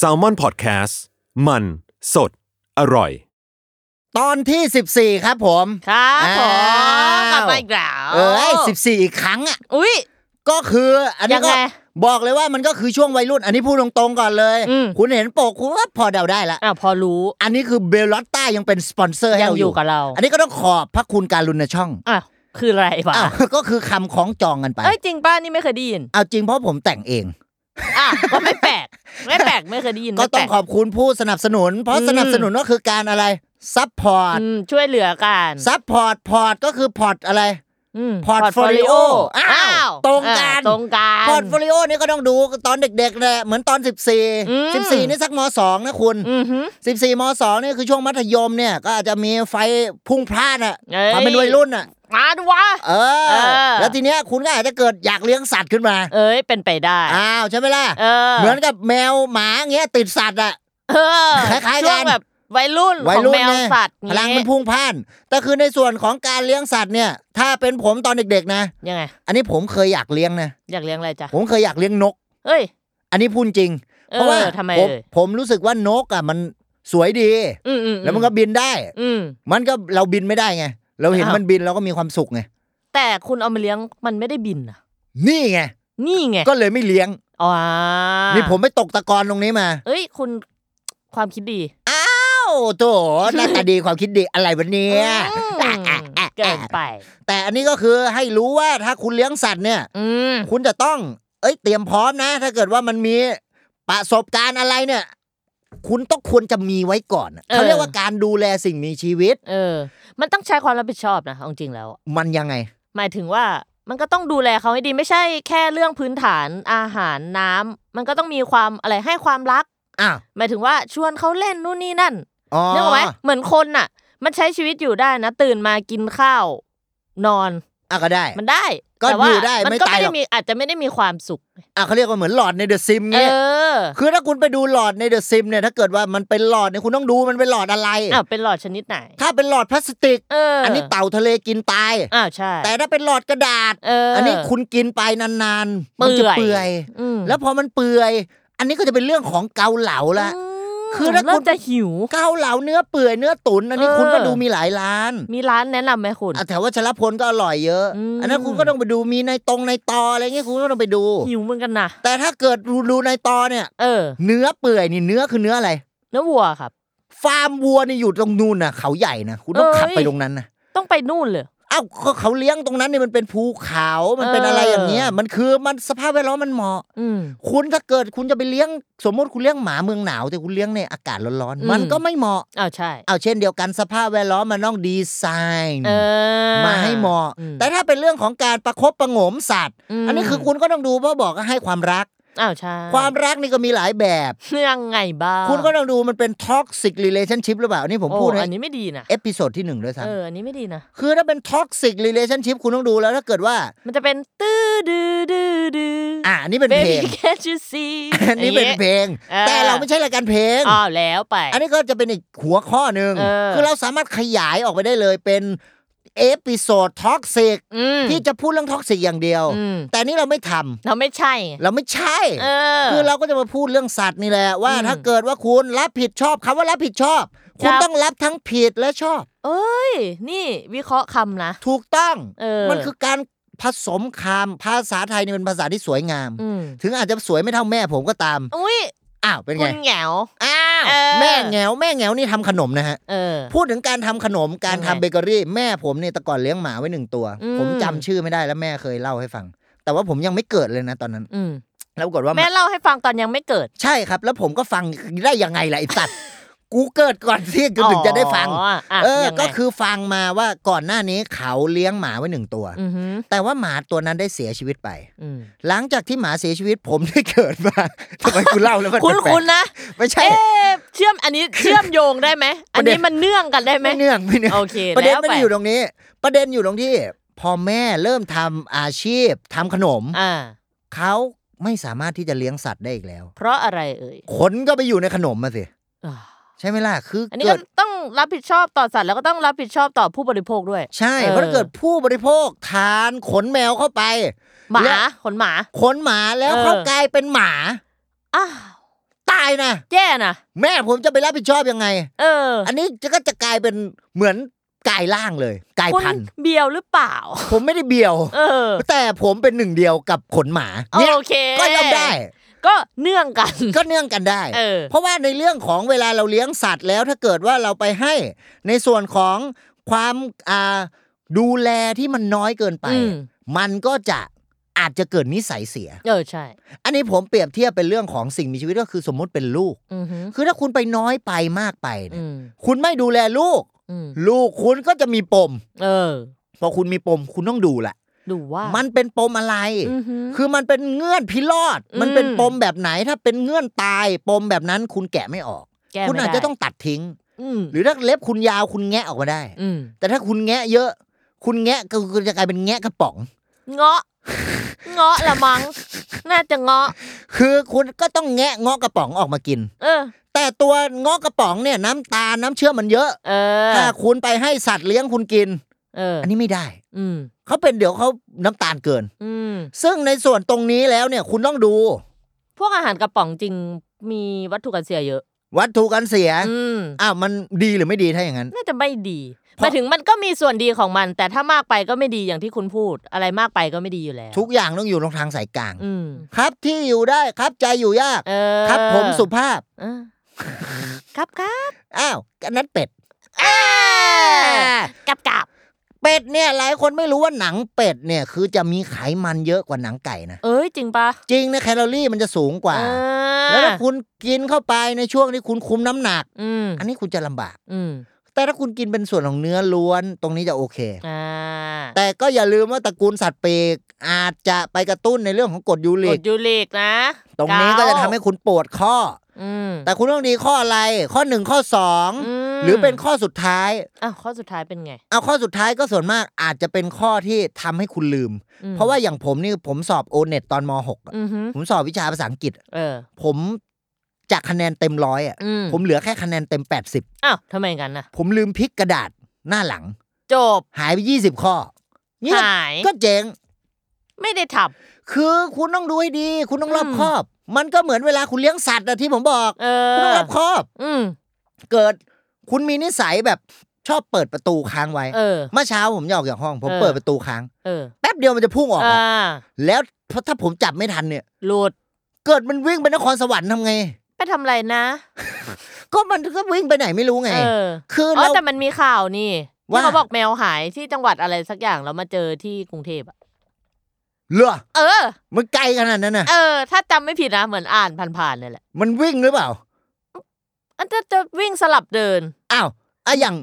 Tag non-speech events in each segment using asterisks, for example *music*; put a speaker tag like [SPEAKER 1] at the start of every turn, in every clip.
[SPEAKER 1] s a l m o n PODCAST มันสดอร่อย
[SPEAKER 2] ตอนที่ 14 ครับผม
[SPEAKER 3] ครับผมก
[SPEAKER 2] อ้าว
[SPEAKER 3] ลับมาอีกแล้ว
[SPEAKER 2] เอ้ย14 อีกครั้งอ่ะ
[SPEAKER 3] อุ้ย
[SPEAKER 2] ก็คืออันนี้
[SPEAKER 3] ยั
[SPEAKER 2] ก็
[SPEAKER 3] งไง
[SPEAKER 2] บอกเลยว่ามันก็คือช่วงวัยรุ่น อันนี้พูดตรงๆก่อนเลย
[SPEAKER 3] อืม
[SPEAKER 2] คุณเห็นปกคุณก็พอเดาได้ละ
[SPEAKER 3] อ่ะพอรู้
[SPEAKER 2] อันนี้คือเบลลอตตายังเป็นสปอนเซอร์ให้
[SPEAKER 3] ยัง
[SPEAKER 2] เรา
[SPEAKER 3] อยู่กับเรา
[SPEAKER 2] อันนี้ก็ต้องขอบพระคุณการุณช่อง
[SPEAKER 3] อ่ะคืออะไรวะ
[SPEAKER 2] อ้าว ก็คือคำของจองกันไป
[SPEAKER 3] เอ้ยจริงป้านี่ไม่เคยได้ยิน
[SPEAKER 2] เอาจริงเพราะผมแต่งเอง
[SPEAKER 3] อ่ะก็ไม่แปลกไม่แปลกไม่เคยได้ยิน
[SPEAKER 2] ก็
[SPEAKER 3] ไม่
[SPEAKER 2] ต้
[SPEAKER 3] แป
[SPEAKER 2] อ
[SPEAKER 3] ล
[SPEAKER 2] ง
[SPEAKER 3] ก
[SPEAKER 2] ขอบคุณผู้สนับสนุน เพราะ
[SPEAKER 3] อืม
[SPEAKER 2] สนับสนุนก็คือการอะไรซัพพอร์ต
[SPEAKER 3] อืมช่วยเหลือกัน
[SPEAKER 2] ซัพพอร์ตพอร์ตก็คือพอร์ตอะไร
[SPEAKER 3] ม
[SPEAKER 2] portfolio อ้าว
[SPEAKER 3] อ้าว
[SPEAKER 2] ตรงกัน
[SPEAKER 3] อ่ะตรงกัน
[SPEAKER 2] พอร์ตโฟลิโอนี่ก็ต้องดูตอนเด็กๆแหละเหมือนตอน 14
[SPEAKER 3] อืม
[SPEAKER 2] 14 นี่สักม 2 นะคุณ
[SPEAKER 3] อือหือ
[SPEAKER 2] 14ม 2 นี่คือช่วงมัธยมเนี่ย ก็อาจจะมีไฟพุ่งพลาดอ่ะ
[SPEAKER 3] เอ้ย
[SPEAKER 2] ทำเป็นวัยรุ่นอ่ะ
[SPEAKER 3] มาดูวะ
[SPEAKER 2] เออ
[SPEAKER 3] เออ
[SPEAKER 2] แล้วทีเนี้ยคุณก็อาจจะเกิดอยากเลี้ยงสัตว์ขึ้นมา
[SPEAKER 3] เอ้ยเป็นไปได้
[SPEAKER 2] อ้าว ใช่ไหมล่ะ
[SPEAKER 3] เออ
[SPEAKER 2] เหมือนกับแมวหมาเงี้ยติดสัตว์อ่ะ
[SPEAKER 3] เออ
[SPEAKER 2] คล้ายๆกัน
[SPEAKER 3] ช่วงแบบวัยรุ่น
[SPEAKER 2] วัย
[SPEAKER 3] ของ
[SPEAKER 2] รุ่น
[SPEAKER 3] แมว
[SPEAKER 2] เนี่ย
[SPEAKER 3] สัตว์
[SPEAKER 2] พลังมันพุ่งพล่าน แต่คือในส่วนของการเลี้ยงสัตว์เนี่ย ถ้าเป็นผมตอนเด็กๆนะ
[SPEAKER 3] ยังไง
[SPEAKER 2] อันนี้ผมเคยอยากเลี้ยงนะ
[SPEAKER 3] อยากเลี้ยงอะไรจ้ะ
[SPEAKER 2] ผมเคยอยากเลี้ยงนก
[SPEAKER 3] เอ้ย
[SPEAKER 2] อันนี้พูดจริง
[SPEAKER 3] เอ
[SPEAKER 2] เพราะว่า
[SPEAKER 3] อทำไม
[SPEAKER 2] ผม
[SPEAKER 3] เอ่ย
[SPEAKER 2] ผมรู้สึกว่านกอ่ะมันสวยดี
[SPEAKER 3] อืมอืม
[SPEAKER 2] แล้วมันก็บินได้
[SPEAKER 3] อืม
[SPEAKER 2] มันก็เราบินไม่ได้ไง เราเห็น
[SPEAKER 3] อ้าว
[SPEAKER 2] มันบินเราก็มีความสุขไง
[SPEAKER 3] แต่คุณเอามาเลี้ยงมันไม่ได้บินนะ
[SPEAKER 2] นี่ไง
[SPEAKER 3] นี่ไง
[SPEAKER 2] ก็เลยไม่เลี้ยง
[SPEAKER 3] อ๋อ
[SPEAKER 2] นี่ผมไปตกตะกอนตรงนี้มา
[SPEAKER 3] เอ้ย คุณความคิดดี
[SPEAKER 2] เอ้าโถหน้า
[SPEAKER 3] *laughs*
[SPEAKER 2] ตาดีความคิดดีอะไรวะเนี่ย
[SPEAKER 3] อืมเกินไป
[SPEAKER 2] แต่อันนี้ก็คือให้รู้ว่าถ้าคุณเลี้ยงสัตว์เนี่ย
[SPEAKER 3] อืม
[SPEAKER 2] คุณจะต้อง เอ้ยเตรียมพร้อมนะ ถ้าเกิดว่ามันมีประสบการณ์อะไรเนี่ย คุณต้องควรจะมีไว้ก่อนอะเขาเรียกว่าการดูแลสิ่งมีชีวิต
[SPEAKER 3] เออ มันต้องใช้ความรับผิดชอบนะเอาจริงแล้ว
[SPEAKER 2] มันยังไง
[SPEAKER 3] หมายถึงว่ามันก็ต้องดูแลเขาให้ดีไม่ใช่แค่เรื่องพื้นฐานอาหารน้ำมันก็ต้องมีความอะไรให้ความรัก
[SPEAKER 2] อ้าว
[SPEAKER 3] หมายถึงว่าชวนเขาเล่นนู่นนี่นั่น
[SPEAKER 2] อ๋อ
[SPEAKER 3] นึกออกไหมเหมือนคนน่ะ มันใช้ชีวิตอยู่ได้นะ ตื่นมากินข้าว นอน
[SPEAKER 2] อ่ะก็ได้
[SPEAKER 3] มันได้
[SPEAKER 2] ก็
[SPEAKER 3] แต่ว่า
[SPEAKER 2] อยู่ได้
[SPEAKER 3] มั
[SPEAKER 2] ไม่
[SPEAKER 3] ก็
[SPEAKER 2] ตายหร
[SPEAKER 3] ไม่ได้
[SPEAKER 2] อก
[SPEAKER 3] มีอาจจะไม่ได้มีความสุข
[SPEAKER 2] อ่ะเขาเรียกว่าเหมือนหลอดในเดอะซิม
[SPEAKER 3] เอ
[SPEAKER 2] เงี้ย
[SPEAKER 3] อ
[SPEAKER 2] คือถ้าคุณไปดูหลอดในเดอะซิมเนี่ยถ้าเกิดว่ามันเป็นหลอดเนี่ยคุณต้องดูมันเป็นหลอดอะไร
[SPEAKER 3] อ้าวเป็นหลอดชนิดไหน
[SPEAKER 2] ถ้าเป็นหลอดพลาสติก
[SPEAKER 3] เออ
[SPEAKER 2] อั
[SPEAKER 3] อั
[SPEAKER 2] นนี้เต่าทะเลกินตาย
[SPEAKER 3] อ้าวใช่
[SPEAKER 2] แต่ถ้าเป็นหลอดกระดาษ
[SPEAKER 3] เอออั
[SPEAKER 2] อันนี้คุณกินไปนานๆ มัจะเปื่อย
[SPEAKER 3] อืม
[SPEAKER 2] แล้วพอมันเปื่อย อันนี้ก็จะเป็นเรื่องของเกาเหลาละ
[SPEAKER 3] อืม
[SPEAKER 2] คือถ้าคุณ
[SPEAKER 3] เริ่มจะหิว
[SPEAKER 2] เกาเหลาเนื้อเปื่อยเนื้อตุ๋นอันนี้
[SPEAKER 3] เออ
[SPEAKER 2] คุณก็ดูมีหลายร้าน
[SPEAKER 3] มีร้านแนะนำไหมคุณ
[SPEAKER 2] อ่ะแถววัชรพลก็อร่อยเยอะ
[SPEAKER 3] อืม
[SPEAKER 2] อันนั้นคุณก็ต้องไปดูมีในตรงในตออะไรเงี้ยคุณก็ต้องไปดู
[SPEAKER 3] หิวเหมือนกันนะ
[SPEAKER 2] แต่ถ้าเกิดดูในตอเนี่ย
[SPEAKER 3] เออ
[SPEAKER 2] เนื้อเปื่อยนี่เนื้อคือเนื้ออะไร
[SPEAKER 3] เนื้อวัวครับ
[SPEAKER 2] ฟาร์มวัวนี่อยู่ตรงนู่นนะเขาใหญ่นะคุณต้อง
[SPEAKER 3] เอ้ย
[SPEAKER 2] ขับไปตรงนั้นนะ
[SPEAKER 3] ต้องไปนู่นเลย
[SPEAKER 2] อ้าวก็เขาเลี้ยงตรงนั้นนี่มันเป็นภูเขามันเป็น
[SPEAKER 3] เอออ
[SPEAKER 2] อะไรอย่างเงี้ย มันคือมันสภาพแวดล้อมมันเหมาะ
[SPEAKER 3] อืม
[SPEAKER 2] คุณถ้าเกิดคุณจะไปเลี้ยง สมมติคุณเลี้ยงหมาเมืองหนาว แต่คุณเลี้ยงในอากาศร้อน
[SPEAKER 3] อืม
[SPEAKER 2] ๆมันก็ไม่เหมาะ
[SPEAKER 3] อ้าวใช่
[SPEAKER 2] เอาเช่นเดียวกันสภาพแวดล้อมมันต้องดีไซน์
[SPEAKER 3] เออ
[SPEAKER 2] มาให้เหมาะ
[SPEAKER 3] อื
[SPEAKER 2] แต่ถ้าเป็นเรื่องของการประคบประหงมสัตว์
[SPEAKER 3] อืม
[SPEAKER 2] อันนี้คือคุณก็ต้องดูเพราะบอกว่าให้ความรัก
[SPEAKER 3] อ้าวใช่
[SPEAKER 2] ความรักนี่ก็มีหลายแบบ
[SPEAKER 3] ยังไงบ้าง
[SPEAKER 2] คุณก็ต้องดูมันเป็น toxic relationship หรือเปล่าอันนี่ผม
[SPEAKER 3] โอ้
[SPEAKER 2] พูด
[SPEAKER 3] อัน
[SPEAKER 2] ใน
[SPEAKER 3] นี้ไม่ดีนะ
[SPEAKER 2] เอพิโซดที่หนึ่งด้วยซ้
[SPEAKER 3] เอออันนี้ไม่ดีนะ
[SPEAKER 2] ำคือถ้าเป็น toxic relationship คุณต้องดูแล้วถ้าเกิดว่า
[SPEAKER 3] มันจะเป็นตื้อดื้อดื้อดื้ออ
[SPEAKER 2] อ่านี่เป็นเพล
[SPEAKER 3] baby
[SPEAKER 2] ง
[SPEAKER 3] can't you see
[SPEAKER 2] อันนี้เป็นเพลง
[SPEAKER 3] เออ
[SPEAKER 2] แต่เราไม่ใช่รายการเพลง
[SPEAKER 3] อ้าวแล้วไป
[SPEAKER 2] อันนี้ก็จะเป็นอีกหัวข้อหนึ่ง
[SPEAKER 3] เออ
[SPEAKER 2] คือเราสามารถขยายออกไปได้เลยเป็นเอพิโซด toxic
[SPEAKER 3] อืม
[SPEAKER 2] ที่จะพูดเรื่องท็อกซิกอย่างเดียว
[SPEAKER 3] อืม
[SPEAKER 2] แต่นี่เราไม่ทำ
[SPEAKER 3] เราไม่ใช่ไง
[SPEAKER 2] เราไม่ใช่
[SPEAKER 3] เออ
[SPEAKER 2] คือเราก็จะมาพูดเรื่องสัตว์นี่แหละว่า
[SPEAKER 3] อืม
[SPEAKER 2] ถ้าเกิดว่าคุณรับผิดชอบคำว่ารับผิดชอบ
[SPEAKER 3] ครั
[SPEAKER 2] คุณ
[SPEAKER 3] บ
[SPEAKER 2] ต้องรับทั้งผิดและชอบ
[SPEAKER 3] เอ้ยนี่วิเคราะห์คำนะ
[SPEAKER 2] ถูกต้อง
[SPEAKER 3] เออ
[SPEAKER 2] มันคือการผสมคำภาษาไทยนี่เป็นภาษาที่สวยงาม
[SPEAKER 3] อืม
[SPEAKER 2] ถึงอาจจะสวยไม่เท่าแม่ผมก็ตาม
[SPEAKER 3] อุ้ย
[SPEAKER 2] อ้าวเป็น
[SPEAKER 3] คุ
[SPEAKER 2] ไง
[SPEAKER 3] ณแหงว
[SPEAKER 2] อ้าว
[SPEAKER 3] เออ
[SPEAKER 2] แม่แงวแม่แงวนี่ทำขนมนะฮะ
[SPEAKER 3] เออ
[SPEAKER 2] พูดถึงการทำขนมการ
[SPEAKER 3] ยังไง
[SPEAKER 2] ทำเบเกอรี่ แม่ผมเนี่ยแต่ก่อนเลี้ยงหมาไว้หนึ่งตัว
[SPEAKER 3] อืม
[SPEAKER 2] ผมจำชื่อไม่ได้แล้วแม่เคยเล่าให้ฟัง แต่ว่าผมยังไม่เกิดเลยนะตอนนั้น
[SPEAKER 3] อืม
[SPEAKER 2] แล้วปรากฏว่า
[SPEAKER 3] แม่เล่าให้ฟังตอนยังไม่เกิด
[SPEAKER 2] ใช่ครับ แล้วผมก็ฟังได้ยังไงล่ะไอ้สัตว์ กูเกิดก่อนที่กูถึงจะได้ฟัง
[SPEAKER 3] อ๋ออ่ะ
[SPEAKER 2] เออ
[SPEAKER 3] ยังไง
[SPEAKER 2] ก็คือฟังมาว่าก่อนหน้านี้เขาเลี้ยงหมาไว้หนึ่งตัว
[SPEAKER 3] อหือ
[SPEAKER 2] แต่ว่าหมาตัวนั้นได้เสียชีวิตไป
[SPEAKER 3] อืม
[SPEAKER 2] หลังจากที่หมาเสียชีวิตผม *laughs* ได้เกิดมา ทำไมกูเล่าแล้วมัน
[SPEAKER 3] คุณ
[SPEAKER 2] แปล
[SPEAKER 3] คุ
[SPEAKER 2] ก
[SPEAKER 3] ณนะ
[SPEAKER 2] ๆไม่ใช่
[SPEAKER 3] เอ๊ะเชื่อมอันนี้เชื่อมโยงได้ไหม อันนี้มันเนื่องกันได้ไหม
[SPEAKER 2] ไม่เนื่องไม่เนื่อง
[SPEAKER 3] โอเค
[SPEAKER 2] ประเด็น
[SPEAKER 3] แล้ว
[SPEAKER 2] ไม่
[SPEAKER 3] ไป
[SPEAKER 2] ได้อยู่ตรงนี้ ประเด็นอยู่ตรงที่ พอแม่เริ่มทำอาชีพทำขนม
[SPEAKER 3] อ่า
[SPEAKER 2] เขาไม่สามารถที่จะเลี้ยงสัตว์ได้อีกแล้ว
[SPEAKER 3] เพราะอะไรเอ่ย
[SPEAKER 2] ขนก็ไปอยู่ในขนมมาสิ
[SPEAKER 3] อ่า
[SPEAKER 2] ใช่ไหมล่ะคือ
[SPEAKER 3] อัน
[SPEAKER 2] อ
[SPEAKER 3] นี้
[SPEAKER 2] เกิ
[SPEAKER 3] ก็
[SPEAKER 2] ด
[SPEAKER 3] ต้องรับผิดชอบต่อสัตว์แล้วก็ต้องรับผิดชอบต่อผู้บริโภคด้วย
[SPEAKER 2] ใช่
[SPEAKER 3] เออ
[SPEAKER 2] เพราะถ้าเกิดผู้บริโภคทานขนแมวเข้าไป
[SPEAKER 3] หมา
[SPEAKER 2] และ
[SPEAKER 3] ขนหมา
[SPEAKER 2] ขนหมาแล้ว
[SPEAKER 3] เออ
[SPEAKER 2] เขากลายเป็นหมา
[SPEAKER 3] อ้าว
[SPEAKER 2] ตายนะ
[SPEAKER 3] แย่นะ
[SPEAKER 2] แม่ผมจะไปรับผิดชอบยังไง
[SPEAKER 3] เออ
[SPEAKER 2] อันนี้ก็จะกลายเป็นเหมือนกายล่างเลยกาย
[SPEAKER 3] คุณ
[SPEAKER 2] พันธุ์
[SPEAKER 3] เบียวหรือเปล่า
[SPEAKER 2] ผมไม่ได้เบี่ยว
[SPEAKER 3] เออ
[SPEAKER 2] แต่ผมเป็นหนึ่งเดียวกับขนหมาเนี่ย
[SPEAKER 3] โอเค
[SPEAKER 2] ก็ทำได้
[SPEAKER 3] ก็เนื่องกัน
[SPEAKER 2] ก็เนื่องกันได้
[SPEAKER 3] เออ
[SPEAKER 2] เพราะว่าในเรื่องของเวลาเราเลี้ยงสัตว์แล้วถ้าเกิดว่าเราไปให้ ในส่วนของความอ่าดูแลที่มันน้อยเกินไป
[SPEAKER 3] อืม
[SPEAKER 2] มันก็จะอาจจะเกิดนิสัยเสีย
[SPEAKER 3] เออใช่
[SPEAKER 2] อันนี้ผมเปรียบเทียบเป็นเรื่องของสิ่งมีชีวิตก็คือสมมติเป็นลูก
[SPEAKER 3] อือหือ
[SPEAKER 2] คือถ้าคุณไปน้อยไปมากไปเนี่
[SPEAKER 3] อื
[SPEAKER 2] ย
[SPEAKER 3] ม
[SPEAKER 2] คุณไม่ดูแลลูก
[SPEAKER 3] อืม
[SPEAKER 2] ลูกคุณก็จะมีปม
[SPEAKER 3] เออ
[SPEAKER 2] พอคุณมีปมคุณต้องดูแหละ
[SPEAKER 3] ดูว่า
[SPEAKER 2] มั
[SPEAKER 3] มัน
[SPEAKER 2] เป็นปมอะไร คือมันเป็นเงื่อนพิรอด มันเป็นปมแบบไหน ถ้าเป็นเงื่อนตายปมแบบนั้นคุณแกะไม่ออก
[SPEAKER 3] แก้ไม่
[SPEAKER 2] คุณอาจ
[SPEAKER 3] ได้
[SPEAKER 2] จะต้องตัดทิ้ง
[SPEAKER 3] อืม
[SPEAKER 2] หรือถ้าเล็บคุณยาวคุณแงะออกมาได้
[SPEAKER 3] อืม
[SPEAKER 2] แต่ถ้าคุณแงะเยอะ คุณแงะก็คือจะกลายเป็นแงะกระป๋อง
[SPEAKER 3] เงาะ เงาะละมั้งน่าจะเงาะ
[SPEAKER 2] คือคุณก็ต้องแงะเงาะกระป๋องออกมากิน
[SPEAKER 3] เออ
[SPEAKER 2] แต่ตัวเงาะกระป๋องเนี่ยน้ำตาลน้ำเชื่อมมันเยอะ
[SPEAKER 3] เออ
[SPEAKER 2] ถ้าคุณไปให้สัตว์เลี้ยงคุณกิน
[SPEAKER 3] เออ
[SPEAKER 2] อั
[SPEAKER 3] อั
[SPEAKER 2] นนี้ไม่ได้
[SPEAKER 3] อืม
[SPEAKER 2] เขาเป็นเดี๋ยวเขาน้ำตาลเกิน
[SPEAKER 3] อืม
[SPEAKER 2] ซึ่งในส่วนตรงนี้แล้วเนี่ยคุณต้องดู
[SPEAKER 3] พวกอาหารกระป๋องจริงมีวัตถุกันเสียเยอะ
[SPEAKER 2] วัตถุกันเสีย
[SPEAKER 3] อืม
[SPEAKER 2] อ้าวมันดีหรือไม่ดีถ้าอย่างนั้น
[SPEAKER 3] น่าจะไม่ดี
[SPEAKER 2] เพ
[SPEAKER 3] ห
[SPEAKER 2] ราะ
[SPEAKER 3] มายถึงมันก็มีส่วนดีของมัน แต่ถ้ามากไปก็ไม่ดีอย่างที่คุณพูด อะไรมากไปก็ไม่ดีอยู่แล้ว
[SPEAKER 2] ทุกอย่างต้องอยู่ตรงทางสายกลาง
[SPEAKER 3] อืม
[SPEAKER 2] ครับที่อยู่ได้ครับใจอยู่ยาก
[SPEAKER 3] เออ
[SPEAKER 2] ครับผมสุภาพ
[SPEAKER 3] เออครับครับ
[SPEAKER 2] อ้าวกันนั้นเป็ด
[SPEAKER 3] กับกับ
[SPEAKER 2] เป็ดเนี่ยหลายคนไม่รู้ว่าหนังเป็ดเนี่ยคือจะมีไขมันเยอะกว่าหนังไก่นะ
[SPEAKER 3] เอ้ยจริงปะ
[SPEAKER 2] จริงนะแคลอรี่มันจะสูงกว่า
[SPEAKER 3] เออ
[SPEAKER 2] แล้วถ้าคุณกินเข้าไปในช่วงที่คุณคุมน้ำหนัก
[SPEAKER 3] อืม
[SPEAKER 2] อันนี้คุณจะลำบาก
[SPEAKER 3] อืม
[SPEAKER 2] แต่ถ้าคุณกินเป็นส่วนของเนื้อล้วนตรงนี้จะโอเค
[SPEAKER 3] อ่า
[SPEAKER 2] แต่ก็อย่าลืมว่าตระกูลสัตว์ปีกอาจจะไปกระตุ้นในเรื่องของกรดยู
[SPEAKER 3] ก
[SPEAKER 2] ริ
[SPEAKER 3] ด
[SPEAKER 2] ก
[SPEAKER 3] ยูริกนะ
[SPEAKER 2] ตรงนี้ก็จะทำให้คุณปวดข้อ
[SPEAKER 3] อืม
[SPEAKER 2] แต่คุณต้องดีข้ออะไร ข้อหนึ่งข้อสอง
[SPEAKER 3] ม
[SPEAKER 2] หรือเป็นข้อสุดท้าย
[SPEAKER 3] อ้าวข้อสุดท้ายเป็นไง
[SPEAKER 2] เอาข้อสุดท้ายก็ส่วนมากอาจจะเป็นข้อที่ทำให้คุณลืม
[SPEAKER 3] อืม
[SPEAKER 2] เพราะว่าอย่างผมนี่ผมสอบโอเน็ตตอนม .6 อะ
[SPEAKER 3] อือหือ
[SPEAKER 2] ผมสอบวิชาภาษาอังกฤษ
[SPEAKER 3] เออ
[SPEAKER 2] ผมจากคะแนนเต็มร้อยอ่ะ
[SPEAKER 3] อืม
[SPEAKER 2] ผมเหลือแค่คะแนนเต็ม
[SPEAKER 3] อ้าวทำไมกันนะ
[SPEAKER 2] 80 ผมลืมพลิกกระดาษหน้าหลัง
[SPEAKER 3] จบ
[SPEAKER 2] หายไป 20 ข้อเนี่ย
[SPEAKER 3] หาย
[SPEAKER 2] ก็เจ๋ง
[SPEAKER 3] ไม่ได้ท
[SPEAKER 2] คือคุณต้องดูให้ดี คุณต้องรอบ
[SPEAKER 3] อืม
[SPEAKER 2] คอบ มันก็เหมือนเวลาคุณเลี้ยงสัตว์อะที่ผมบอก
[SPEAKER 3] ำเอ
[SPEAKER 2] คุณ
[SPEAKER 3] อ
[SPEAKER 2] ต้องรอบคอบ
[SPEAKER 3] อืม
[SPEAKER 2] เกิดคุณมีนิสัยแบบชอบเปิดประตูค้างไว้
[SPEAKER 3] เออ
[SPEAKER 2] เมื่อเช้าผมจะออกจากห้อง ผม
[SPEAKER 3] เออ
[SPEAKER 2] เปิดประตูค้าง
[SPEAKER 3] เออ
[SPEAKER 2] แป๊บเดียวมันจะพุ่งออกอะ
[SPEAKER 3] อ่า
[SPEAKER 2] แล้วถ้าผมจับไม่ทันเนี่ย
[SPEAKER 3] หลุด
[SPEAKER 2] เกิดมันวิ่งไปนครสวรรค์ทำไง
[SPEAKER 3] ไปทำอะไรนะ
[SPEAKER 2] ก็มันก็วิ่งไปไหนไม่รู้ไง
[SPEAKER 3] เออ
[SPEAKER 2] คือ
[SPEAKER 3] อ๋อ
[SPEAKER 2] เรา
[SPEAKER 3] แต่มันมีข่าวนี่ที่
[SPEAKER 2] ว่า
[SPEAKER 3] เขาบอกแมวหายที่จังหวัดอะไรสักอย่างแล้วมาเจอที่กรุงเทพอะ
[SPEAKER 2] เหลือ
[SPEAKER 3] เออ
[SPEAKER 2] มันไกลขนาดนั้นน่ะ
[SPEAKER 3] เออ ถ้าจำไม่ผิดนะเหมือนอ่านผ่านๆเนี่ยแหละ
[SPEAKER 2] มันวิ่งหรือเปล่า
[SPEAKER 3] อันจะจะวิ่งสลับเดิน
[SPEAKER 2] อ้าวอะอย่าง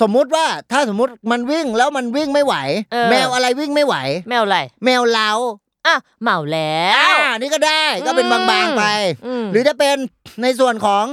[SPEAKER 2] สมมุติว่าถ้าสมมุติมันวิ่งแล้วมันวิ่งไม่ไหว
[SPEAKER 3] เออ
[SPEAKER 2] แมวอะไรวิ่งไม่ไหว
[SPEAKER 3] แมวอะไร
[SPEAKER 2] แมวเล้า
[SPEAKER 3] อ่ะเหมาแล้ว
[SPEAKER 2] อ่านี่ก็ได้ก็เป็น
[SPEAKER 3] อืม
[SPEAKER 2] บางๆไป
[SPEAKER 3] อืม
[SPEAKER 2] หรือจะเป็นในส่วนของ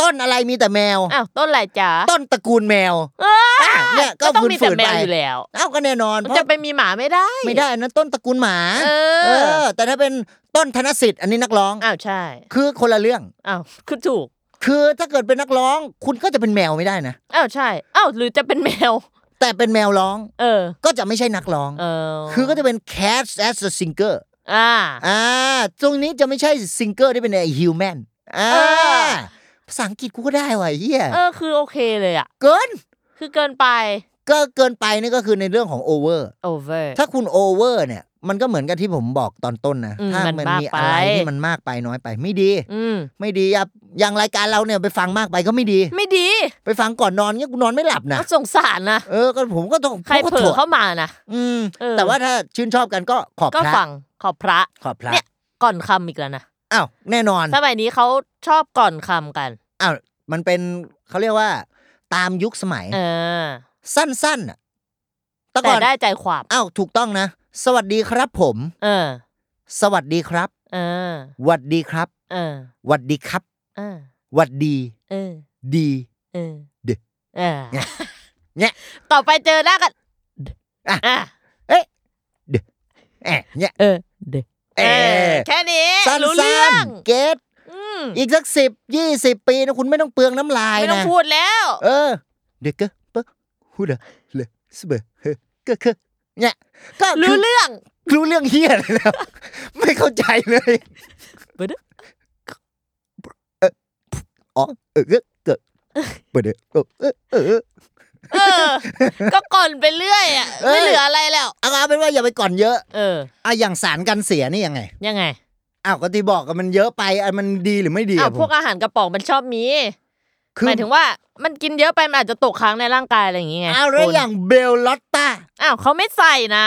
[SPEAKER 2] ต้นอะไรมีแต่แมว
[SPEAKER 3] อ้าวต้นอะไรจ๊ะ
[SPEAKER 2] ต้นตระกูลแมว
[SPEAKER 3] เอ้ย
[SPEAKER 2] อ่ะเนี่ยก็
[SPEAKER 3] ก็ต้อง
[SPEAKER 2] ฝืน
[SPEAKER 3] มี
[SPEAKER 2] ฝื
[SPEAKER 3] แต่
[SPEAKER 2] น
[SPEAKER 3] แม
[SPEAKER 2] ไป
[SPEAKER 3] วอยู่แล้ว
[SPEAKER 2] เอ้าก็แน่นอนเพราะ
[SPEAKER 3] จะไปมีหมาไม่ได้
[SPEAKER 2] ไม่ได้นะต้นตระกูลหมา
[SPEAKER 3] เอ
[SPEAKER 2] เอ
[SPEAKER 3] อ
[SPEAKER 2] อ แต่ถ้าเป็นต้นธนสิทธิ์อันนี้นักร้อง
[SPEAKER 3] อ้าวใช่
[SPEAKER 2] คือคนละเรื่อง
[SPEAKER 3] อ้าวคือถูก
[SPEAKER 2] คือถ้าเกิดเป็นนักร้อง คุณก็จะเป็นแมวไม่ได้นะ
[SPEAKER 3] อ้าวใช่อ้าวหรือจะเป็นแมว *laughs*
[SPEAKER 2] แต่เป็นแมวร้อง
[SPEAKER 3] เออ
[SPEAKER 2] ก็จะไม่ใช่นักร้อง
[SPEAKER 3] เออ
[SPEAKER 2] คือก็จะเป็น cat as a singer
[SPEAKER 3] อ่า
[SPEAKER 2] อ่า ตรงนี้จะไม่ใช่ singer ที่เป็นไอ้ human อ่า
[SPEAKER 3] เออ
[SPEAKER 2] ภาษาอังกฤษกูก็ได้ว่ะไอ้เฮีย
[SPEAKER 3] เออคือโอเคเลยอ่ะ
[SPEAKER 2] เกิน
[SPEAKER 3] คือเกินไป
[SPEAKER 2] ก็เกินไปนี่ก็คือในเรื่องของ over
[SPEAKER 3] over
[SPEAKER 2] ถ้าคุณ over เนี่ยมันก็เหมือนกับที่ผมบอกตอนต้นนะ
[SPEAKER 3] อืม
[SPEAKER 2] ถ้าม
[SPEAKER 3] มัน
[SPEAKER 2] มัน
[SPEAKER 3] มาก
[SPEAKER 2] มีอะไร
[SPEAKER 3] ไป
[SPEAKER 2] ที่มันมากไปน้อยไปไม่ดี
[SPEAKER 3] อืม
[SPEAKER 2] ไม่ดีอ่ะอย่างรายการเราเนี่ยไปฟังมากไปก็ไม่ดี
[SPEAKER 3] ไม่ดี
[SPEAKER 2] ไปฟังก่อนนอนเนี่ยกูนอนไม่หลับนะ
[SPEAKER 3] ก็สงสารนะ
[SPEAKER 2] เออก็ผมก็ต้อง
[SPEAKER 3] ใคร
[SPEAKER 2] ผมก็
[SPEAKER 3] เผล
[SPEAKER 2] ถั่
[SPEAKER 3] อ
[SPEAKER 2] ว
[SPEAKER 3] เข้ามานะ
[SPEAKER 2] อืม
[SPEAKER 3] เออ
[SPEAKER 2] แต่ว่าถ้าชื่นชอบกันก็ขอบ
[SPEAKER 3] ก็
[SPEAKER 2] พระ
[SPEAKER 3] ฟังขอบพระ
[SPEAKER 2] ขอบพระ
[SPEAKER 3] เนี่ย ก่อนคำอีกแล้วนะ
[SPEAKER 2] อ้าวแน่นอน
[SPEAKER 3] สมัยนี้เขาชอบก่อนคำกัน
[SPEAKER 2] อ้าว มันเป็นเขาเรียกว่า ตามยุคสมัย
[SPEAKER 3] เออ
[SPEAKER 2] สั้นๆน่ะแต่ก่
[SPEAKER 3] แต่
[SPEAKER 2] อน
[SPEAKER 3] ได้ใจความ
[SPEAKER 2] อ้าวถูกต้องนะ สวัสดีครับผม
[SPEAKER 3] เออ
[SPEAKER 2] สวัสดีครับ
[SPEAKER 3] เออ
[SPEAKER 2] หวัดดีครับ
[SPEAKER 3] เออ
[SPEAKER 2] หวัดดีครับ
[SPEAKER 3] เออ
[SPEAKER 2] หวัดดี
[SPEAKER 3] เออ
[SPEAKER 2] ดี
[SPEAKER 3] เออ
[SPEAKER 2] เดะ
[SPEAKER 3] เออ
[SPEAKER 2] เนี่ย
[SPEAKER 3] เนี่ย *laughs* ต่อไปเจอหน้ากันเดะ
[SPEAKER 2] อ่ะ
[SPEAKER 3] อ่ะ
[SPEAKER 2] แอะเนี่ย
[SPEAKER 3] เออเดะ
[SPEAKER 2] เอ
[SPEAKER 3] เออะ แค่นี้
[SPEAKER 2] สั้
[SPEAKER 3] รู้เรื่อน ง
[SPEAKER 2] ๆเกต
[SPEAKER 3] อืม
[SPEAKER 2] อีกสักสิบยี่สิบปีนะคุณไม่ต้องเปลืองน้ำลาย
[SPEAKER 3] ไม่ต้อ
[SPEAKER 2] นะ
[SPEAKER 3] งพูดแล้ว
[SPEAKER 2] เออ เด็กก็ปะฮูดะเลสเบอเฮก็คือเนี่ยก็คื
[SPEAKER 3] รู้
[SPEAKER 2] อ
[SPEAKER 3] เรื่อง
[SPEAKER 2] รู้เรื่องเฮียเลยแล้ว *laughs* ไม่เข้าใจเลย
[SPEAKER 3] เบิดเด้อ
[SPEAKER 2] เอออ๋อเออเออเกิดเปิดเด้อเออเออเออ
[SPEAKER 3] เออ ก็ก่อนไปเรื่อยอ่ะ
[SPEAKER 2] เออ
[SPEAKER 3] ไม่เหลืออะไรแล้ว
[SPEAKER 2] เอาเอาเป็นว่าอย่าไปก่อนเยอะ
[SPEAKER 3] เออ
[SPEAKER 2] อ่ะอย่างสารกันเสียนี่ยังไง
[SPEAKER 3] ยังไง
[SPEAKER 2] อ้าวก็ที่บอกกันมันเยอะไปอ่ะมันดีหรือไม่ดี
[SPEAKER 3] อ้าว
[SPEAKER 2] อ่ะ
[SPEAKER 3] พวกอาหารกระป๋องมันชอบมี
[SPEAKER 2] คือ
[SPEAKER 3] หมายถึงว่ามันกินเยอะไปมันอาจจะตกค้างในร่างกายอะไรอย่างเงี้ย
[SPEAKER 2] อ้าวแล้วอย่างเบลลอตตา
[SPEAKER 3] อ้าวเขาไม่ใส่นะ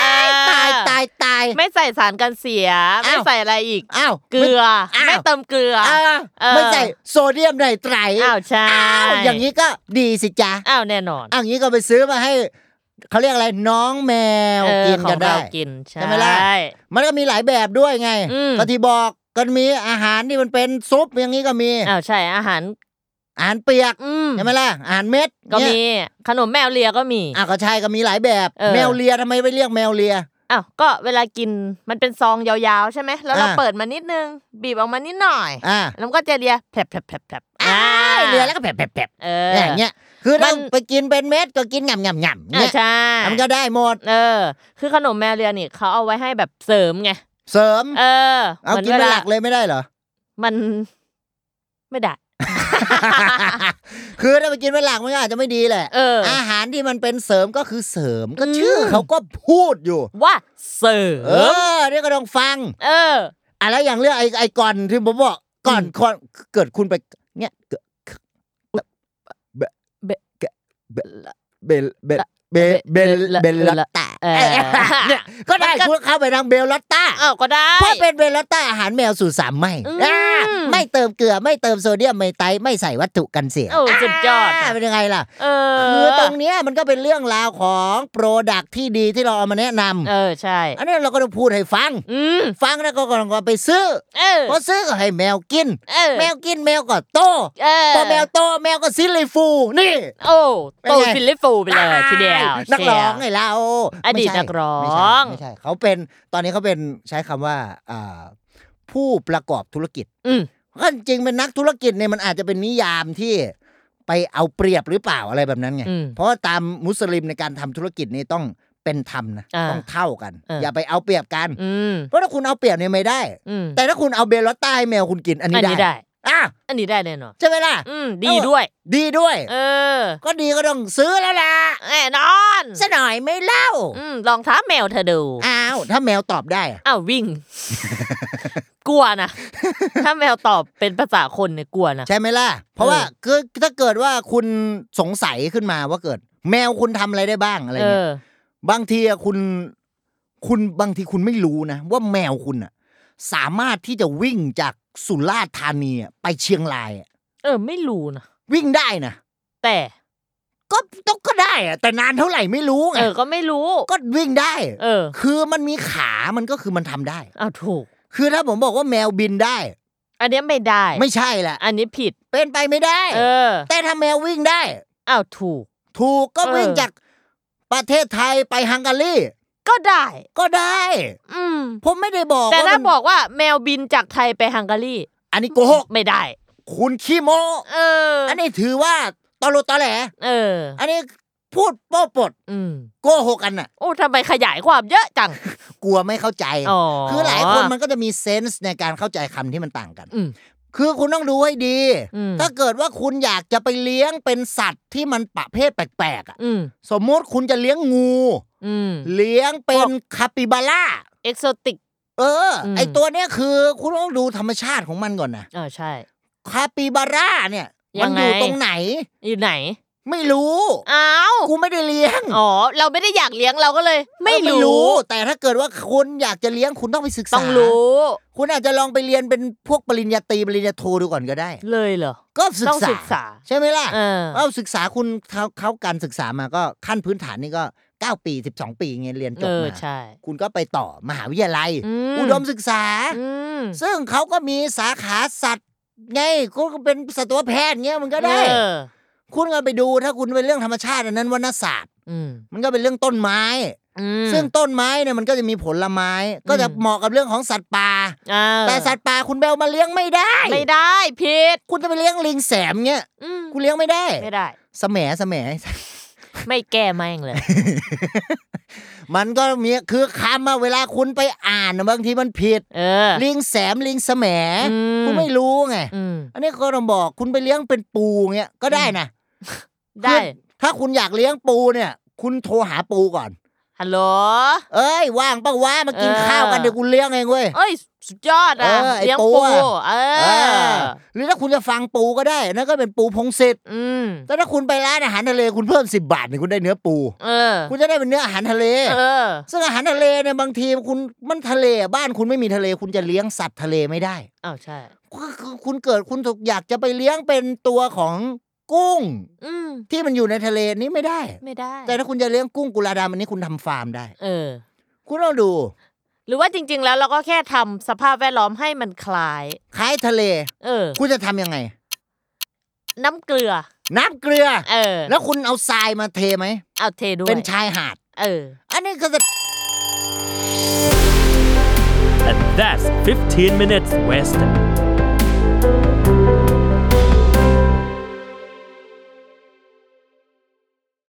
[SPEAKER 3] เออ
[SPEAKER 2] ตายตายตาย
[SPEAKER 3] ไม่ใส่สารกันเสีย ไม่
[SPEAKER 2] อ้าว
[SPEAKER 3] ใส่อะไรอีก
[SPEAKER 2] อ้าว
[SPEAKER 3] เกลือ
[SPEAKER 2] อ้าว
[SPEAKER 3] ไม่เติมเกลือ
[SPEAKER 2] อ่า
[SPEAKER 3] เออ
[SPEAKER 2] ไม่ใส่โซเดียมไนไตร
[SPEAKER 3] อ้าวใช่
[SPEAKER 2] อ้าวอย่างนี้ก็ดีสิจ๊ะ
[SPEAKER 3] อ้าวแน่นอน
[SPEAKER 2] อ้าวอย่างนี้ก็ไปซื้อมาให้เขาเรียกอะไรน้องแมว
[SPEAKER 3] เออ
[SPEAKER 2] กิน
[SPEAKER 3] ขอ
[SPEAKER 2] กั
[SPEAKER 3] ง
[SPEAKER 2] น
[SPEAKER 3] เรา
[SPEAKER 2] ได้
[SPEAKER 3] กินใช่
[SPEAKER 2] ใช่ไหมล่ะ มันก็มีหลายแบบด้วยไง
[SPEAKER 3] อืม
[SPEAKER 2] ก็ที่บอกก็มีอาหารที่มันเป็นซุปอย่างนี้ก็มี
[SPEAKER 3] อ้าวใช่อาหาร
[SPEAKER 2] อาหารเปียก
[SPEAKER 3] อืม
[SPEAKER 2] ใช่ไหมล่ะอาหารเม็ด
[SPEAKER 3] ก็
[SPEAKER 2] เนี่ย
[SPEAKER 3] มีขนมแมวเลียก็มี
[SPEAKER 2] อ่ะก็ใช่ก็มีหลายแบบ
[SPEAKER 3] เออ
[SPEAKER 2] แมวเลียทำไมไปเรียกแมวเลีย
[SPEAKER 3] อ้าวก็เวลากินมันเป็นซองยาวๆใช่ไหมแล้วเรา
[SPEAKER 2] อ่า
[SPEAKER 3] เปิดมานิดนึง บีบออกมานิดหน่อย
[SPEAKER 2] อ่า
[SPEAKER 3] แล้วมันก็จะเลียแผลบแผลบแผลบแผลบอ่า
[SPEAKER 2] เลียแล้วก็แผลบแผลบแผลบ
[SPEAKER 3] เอออ
[SPEAKER 2] อย่างเงี้ยคือ
[SPEAKER 3] มั
[SPEAKER 2] เรา
[SPEAKER 3] น
[SPEAKER 2] ไปกินเป็นเม็ดก็กินง่ำง่ำง่ำ
[SPEAKER 3] อ่า
[SPEAKER 2] เนี่ย
[SPEAKER 3] ใช่
[SPEAKER 2] อ่ะมันก็ได้หมด
[SPEAKER 3] เออ คือขนมแมวเลียนี่เขาเอาไว้ให้แบบเสริมไง
[SPEAKER 2] เสริม
[SPEAKER 3] เออ
[SPEAKER 2] เอา
[SPEAKER 3] หมื
[SPEAKER 2] กินเป็นหลักเลยไม่ได้เหรอ
[SPEAKER 3] มันไม่ได้
[SPEAKER 2] คือถ้าไปกินเป็นหลักมันก็อาจจะไม่ดีแหละ
[SPEAKER 3] เอออ
[SPEAKER 2] อาหารที่มันเป็นเสริมก็คือเสริมก็
[SPEAKER 3] อืม
[SPEAKER 2] ชื่อเขาก็พูดอยู่
[SPEAKER 3] ว่าเสริ
[SPEAKER 2] เอ
[SPEAKER 3] ม
[SPEAKER 2] อเนี่ยก็ต้องฟัง
[SPEAKER 3] เออ
[SPEAKER 2] อะไรอย่างเรื่องไอ้ไอ้ก่อนที่ผมบอกก่อนก่อนเกิดคุณไปเนี่ยเกิดเบเบเบเบเบเบเบเบลลอตตา
[SPEAKER 3] เออ
[SPEAKER 2] เนี่ยก็ได้คุณเข้าไปทางเบลลอตตา
[SPEAKER 3] อ้าวก็ได้
[SPEAKER 2] เพราะเป็นเบลลอตตาอาหารแมวสูตรสามไม่
[SPEAKER 3] อืม
[SPEAKER 2] อ่าไม่เติมเกลือไม่เติมโซเดียมไม่ไตรไม่ใส่วัตถุกันเสีย
[SPEAKER 3] โอ้สุดยอด
[SPEAKER 2] อ่าเป็นยังไงล่ะ
[SPEAKER 3] เออ
[SPEAKER 2] คือตรงเนี้ยมันก็เป็นเรื่องราวของโปรดักที่ดีที่เราเอามาแนะนำ
[SPEAKER 3] เออใช่
[SPEAKER 2] อันนี้เราก็ต้องพูดให้ฟัง
[SPEAKER 3] อืม
[SPEAKER 2] ฟังแล้วก็กำลังไปซื้อ
[SPEAKER 3] เออ
[SPEAKER 2] พอซื้อก็ให้แมวกิน
[SPEAKER 3] เออ
[SPEAKER 2] แมวกินแมวก็โต
[SPEAKER 3] เออ
[SPEAKER 2] พอแมวโตแมวก็ซิลลิฟูนี่
[SPEAKER 3] โอ้
[SPEAKER 2] เป็น
[SPEAKER 3] โต
[SPEAKER 2] ไง
[SPEAKER 3] ซิลลิฟูไปเลยทีเดียว
[SPEAKER 2] นักร้อง
[SPEAKER 3] เชียร์
[SPEAKER 2] ไงเรา
[SPEAKER 3] อดีต
[SPEAKER 2] ไม่ใช่
[SPEAKER 3] นักร้อง
[SPEAKER 2] ไม่ใช่ไม่ใช่เขาเป็นตอนนี้เขาเป็นใช้คำว่าอ่าผู้ประกอบธุรกิจ
[SPEAKER 3] อืม
[SPEAKER 2] ก็จริงเป็นนักธุรกิจเนี่ยมันอาจจะเป็นนิยามที่ไปเอาเปรียบหรือเปล่าอะไรแบบนั้นไง
[SPEAKER 3] อืม
[SPEAKER 2] เพราะว่าตามมุสลิมในการทำธุรกิจนี่ต้องเป็นธรรมนะ
[SPEAKER 3] อ่า
[SPEAKER 2] ต้องเท่ากัน
[SPEAKER 3] เอออ
[SPEAKER 2] อย่าไปเอาเปรียบกัน
[SPEAKER 3] อืม
[SPEAKER 2] เพราะถ้าคุณเอาเปรียบเนี่ยไม่ได้
[SPEAKER 3] อืม
[SPEAKER 2] แต่ถ้าคุณเอาเบลลอตต้าให้แมวคุณกินอัน
[SPEAKER 3] อัน
[SPEAKER 2] นี้
[SPEAKER 3] นี้ได้
[SPEAKER 2] อ่ะ
[SPEAKER 3] อันนี้ได้แน่นอน
[SPEAKER 2] ใช่ไหมล่ะ
[SPEAKER 3] อืมดีด้วย
[SPEAKER 2] ดีด้วย
[SPEAKER 3] เออ
[SPEAKER 2] ก็ดีก็ต้องซื้อแล้วล่ะ
[SPEAKER 3] แน่นอน
[SPEAKER 2] ซะหน่อยไม่เล่า
[SPEAKER 3] อืมลองท้าแมวเธอดู
[SPEAKER 2] อ้าวถ้าแมวตอบได้อะ
[SPEAKER 3] อ้าว
[SPEAKER 2] *laughs*
[SPEAKER 3] วิ่ง กลัวนะ ถ้าแมวตอบเป็นภาษาคนเนี่ยกลัวนะ
[SPEAKER 2] ใช่ไหมล่ะ เพราะว่าคือถ้าเกิดว่าคุณสงสัยขึ้นมาว่าเกิด แมวคุณทำอะไรได้บ้างอะไร
[SPEAKER 3] เอ
[SPEAKER 2] เงี้ย
[SPEAKER 3] อ
[SPEAKER 2] บางทีอะคุณ คุณบางทีคุณไม่รู้นะ ว่าแมวคุณอะสามารถที่จะวิ่งจากสุราษฎร์ธานีอะไปเชียงรายอะ
[SPEAKER 3] เออ ไม่รู้นะ
[SPEAKER 2] วิ่งได้นะ
[SPEAKER 3] แต่
[SPEAKER 2] ก็ต้องก็ได้อะแต่นานเท่าไหร่ไม่รู้ไง
[SPEAKER 3] เออ ก็ไม่รู้
[SPEAKER 2] ก็วิ่งได้
[SPEAKER 3] เออ
[SPEAKER 2] คือมันมีขามันก็คือมันทำได้
[SPEAKER 3] อ้าวถูก
[SPEAKER 2] คือถ้าผมบอกว่าแมวบินได้
[SPEAKER 3] อันเนี้ยไม่ได้
[SPEAKER 2] ไม่ใช่แหละ
[SPEAKER 3] อันนี้ผิด
[SPEAKER 2] เป็นไปไม่ได้
[SPEAKER 3] เออ
[SPEAKER 2] แต่ถ้าแมววิ่งได้
[SPEAKER 3] อ้าวถูก
[SPEAKER 2] ถูกก็
[SPEAKER 3] เออ
[SPEAKER 2] วิ่งจากประเทศไทยไปฮังการี
[SPEAKER 3] ก็ได้
[SPEAKER 2] ก็ได้
[SPEAKER 3] อืม
[SPEAKER 2] ผมไม่ได้บอก
[SPEAKER 3] แต่
[SPEAKER 2] ว่
[SPEAKER 3] ถ้า
[SPEAKER 2] มัน
[SPEAKER 3] บอกว่าแมวบินจากไทยไปฮังการี
[SPEAKER 2] อันนี้โกหก
[SPEAKER 3] ไม่ได้
[SPEAKER 2] คุณขี้โม
[SPEAKER 3] เอออ
[SPEAKER 2] อันนี้ถือว่าตอโลตอแหล
[SPEAKER 3] เออ
[SPEAKER 2] อันนี้พูดโป้ปด
[SPEAKER 3] อืม
[SPEAKER 2] โกหกกันน่ะ
[SPEAKER 3] โอ้ทำไมขยายความเยอะจัง
[SPEAKER 2] กลัวไม่เข้าใจ
[SPEAKER 3] อ๋อ
[SPEAKER 2] คือหลายคนมันก็จะมีเซนส์ในการเข้าใจคำที่มันต่างกัน
[SPEAKER 3] อืม
[SPEAKER 2] คือคุณต้องดูให้ดี
[SPEAKER 3] อืม
[SPEAKER 2] ถ้าเกิดว่าคุณอยากจะไปเลี้ยงเป็นสัตว์ที่มันประเภทแปลกๆอะ
[SPEAKER 3] อืม
[SPEAKER 2] สมมติคุณจะเลี้ยงงู
[SPEAKER 3] อืม
[SPEAKER 2] เลี้ยงเป็นคาปิบาร่า
[SPEAKER 3] เอ็กโซติก
[SPEAKER 2] เอออ
[SPEAKER 3] ม
[SPEAKER 2] ไอตัวเนี้ยคือคุณต้องดูธรรมชาติของมันก่อนนะ
[SPEAKER 3] อ่าใช่
[SPEAKER 2] คาปิบาร่าเนี่ย
[SPEAKER 3] ยั
[SPEAKER 2] มั
[SPEAKER 3] งไง
[SPEAKER 2] อยู่ตรงไหน
[SPEAKER 3] อยู่ไหน
[SPEAKER 2] ไม่รู้
[SPEAKER 3] อ้าว
[SPEAKER 2] กูไม่ได้เลี้ยง
[SPEAKER 3] อ๋อเราไม่ได้อยากเลี้ยงเราก็เลย ไม่
[SPEAKER 2] เออ
[SPEAKER 3] รู้
[SPEAKER 2] แต่ถ้าเกิดว่าคุณอยากจะเลี้ยงคุณต้องไปศึกษา
[SPEAKER 3] ต้องรู้
[SPEAKER 2] คุณอาจจะลองไปเรียนเป็นพวกปริญญาตรีปริญญาโทดูก่อนก็ได้
[SPEAKER 3] เลยเหรอ
[SPEAKER 2] ก็ศึ
[SPEAKER 3] ต้องศึกษา
[SPEAKER 2] ใช่ไหมล่ะ
[SPEAKER 3] เออ
[SPEAKER 2] เอาศึกษาคุณเขาเขาการศึกษามาก็ขั้นพื้นฐานนี่ก็ 9 ปี 12 ปีเงี้ยเรียนจ
[SPEAKER 3] เอบ อ
[SPEAKER 2] มา
[SPEAKER 3] ใช่
[SPEAKER 2] คุณก็ไปต่อมหาวิทยาลัย
[SPEAKER 3] อืม
[SPEAKER 2] อุดมศึกษา
[SPEAKER 3] อืม
[SPEAKER 2] ซึ่งเขาก็มีสาขาสัตว์ไงก็เป็นสัตวแพทย์เงี้ยมันก็ได้
[SPEAKER 3] เออ
[SPEAKER 2] คุณก็ไปดูถ้าคุณเป็นเรื่องธรรมชาติอันนั้นวรรณศาสตร์
[SPEAKER 3] อืม
[SPEAKER 2] มันก็เป็นเรื่องต้นไม้
[SPEAKER 3] อืม
[SPEAKER 2] ซึ่งต้นไม้เนี่ยมันก็จะมีผลไม้ ก็จะ
[SPEAKER 3] อืม
[SPEAKER 2] เหมาะกับเรื่องของสัตว์ป่า
[SPEAKER 3] เออ
[SPEAKER 2] แต่สัตว์ป่าคุณไปเอามาเลี้ยงไม่ได้
[SPEAKER 3] ไม่ได้ผิด
[SPEAKER 2] คุณจะไปเลี้ยงลิงแสมเงี้ย
[SPEAKER 3] อืม
[SPEAKER 2] คุณเลี้ยงไม่ได้
[SPEAKER 3] ไม่ได้
[SPEAKER 2] แสมแสม
[SPEAKER 3] ไม่แก้แม่งเลย
[SPEAKER 2] มันก็มีคือคำอะเวลาคุณไปอ่านอะบางทีมันผิด
[SPEAKER 3] เออ
[SPEAKER 2] ลิงแสมลิงแสม
[SPEAKER 3] อืม
[SPEAKER 2] คุณไม่รู้ไง
[SPEAKER 3] อืม
[SPEAKER 2] อันนี้ก็ต้องบอกคุณไปเลี้ยงเป็นปูเงี้ยก็ได้นะ
[SPEAKER 3] ได้
[SPEAKER 2] คือถ้าคุณอยากเลี้ยงปูเนี่ย คุณโทรหาปูก่อน
[SPEAKER 3] ฮัลโหล
[SPEAKER 2] เอ้ยว่างปะวะมากิน
[SPEAKER 3] เออ
[SPEAKER 2] ข้าวกันเดี๋ยวกูเลี้ยงเองเว้ย
[SPEAKER 3] เอ้ย สุดยอดอ่ะ
[SPEAKER 2] เออไอ้
[SPEAKER 3] เลี้ยง
[SPEAKER 2] ปู
[SPEAKER 3] ปู
[SPEAKER 2] อะ
[SPEAKER 3] เอ
[SPEAKER 2] เอ
[SPEAKER 3] อ
[SPEAKER 2] อหรือถ้าคุณจะฟังปูก็ได้นั่นก็เป็นปูพงศิษฐ์
[SPEAKER 3] อืม
[SPEAKER 2] แต่ถ้าคุณไปร้านอาหารทะเลคุณเพิ่ม10บาทเนี่ยคุณได้เนื้อปู
[SPEAKER 3] เออ
[SPEAKER 2] คุณจะได้เป็นเนื้ออาหารทะเล
[SPEAKER 3] เออ
[SPEAKER 2] ซึ่งอาหารทะเลเนี่ยบางทีคุณมันทะเลอะบ้านคุณไม่มีทะเล คุณจะเลี้ยงสัตว์ทะเลไม่ได้
[SPEAKER 3] อ้าวใช่
[SPEAKER 2] ก็คือคุณเกิดคุณถูกอยากจะไปเลี้ยงเป็นตัวของกุ้ง
[SPEAKER 3] อืม
[SPEAKER 2] ที่มันอยู่ในทะเลนี้ไม่ได้
[SPEAKER 3] ไม่ได้
[SPEAKER 2] แต่ถ้าคุณจะเลี้ยงกุ้งกุลาดามันนี้คุณทำฟาร์มได้
[SPEAKER 3] เออ
[SPEAKER 2] คุณต้องดู
[SPEAKER 3] หรือว่าจริง ๆ แล้วเราก็แค่ทำสภาพแวดล้อมให้มันคล้าย
[SPEAKER 2] คล้ายทะเล
[SPEAKER 3] เออ
[SPEAKER 2] คุณจะทำยังไง
[SPEAKER 3] น้ำเกลือ
[SPEAKER 2] น้ำเกลือ
[SPEAKER 3] เออ
[SPEAKER 2] แล้วคุณเอาทรายมาเทไหม
[SPEAKER 3] เอาเทด้วย
[SPEAKER 2] เป็นชายหาด
[SPEAKER 3] เออ
[SPEAKER 2] อันนี้ก็จะ
[SPEAKER 4] And that's 15 minutes west.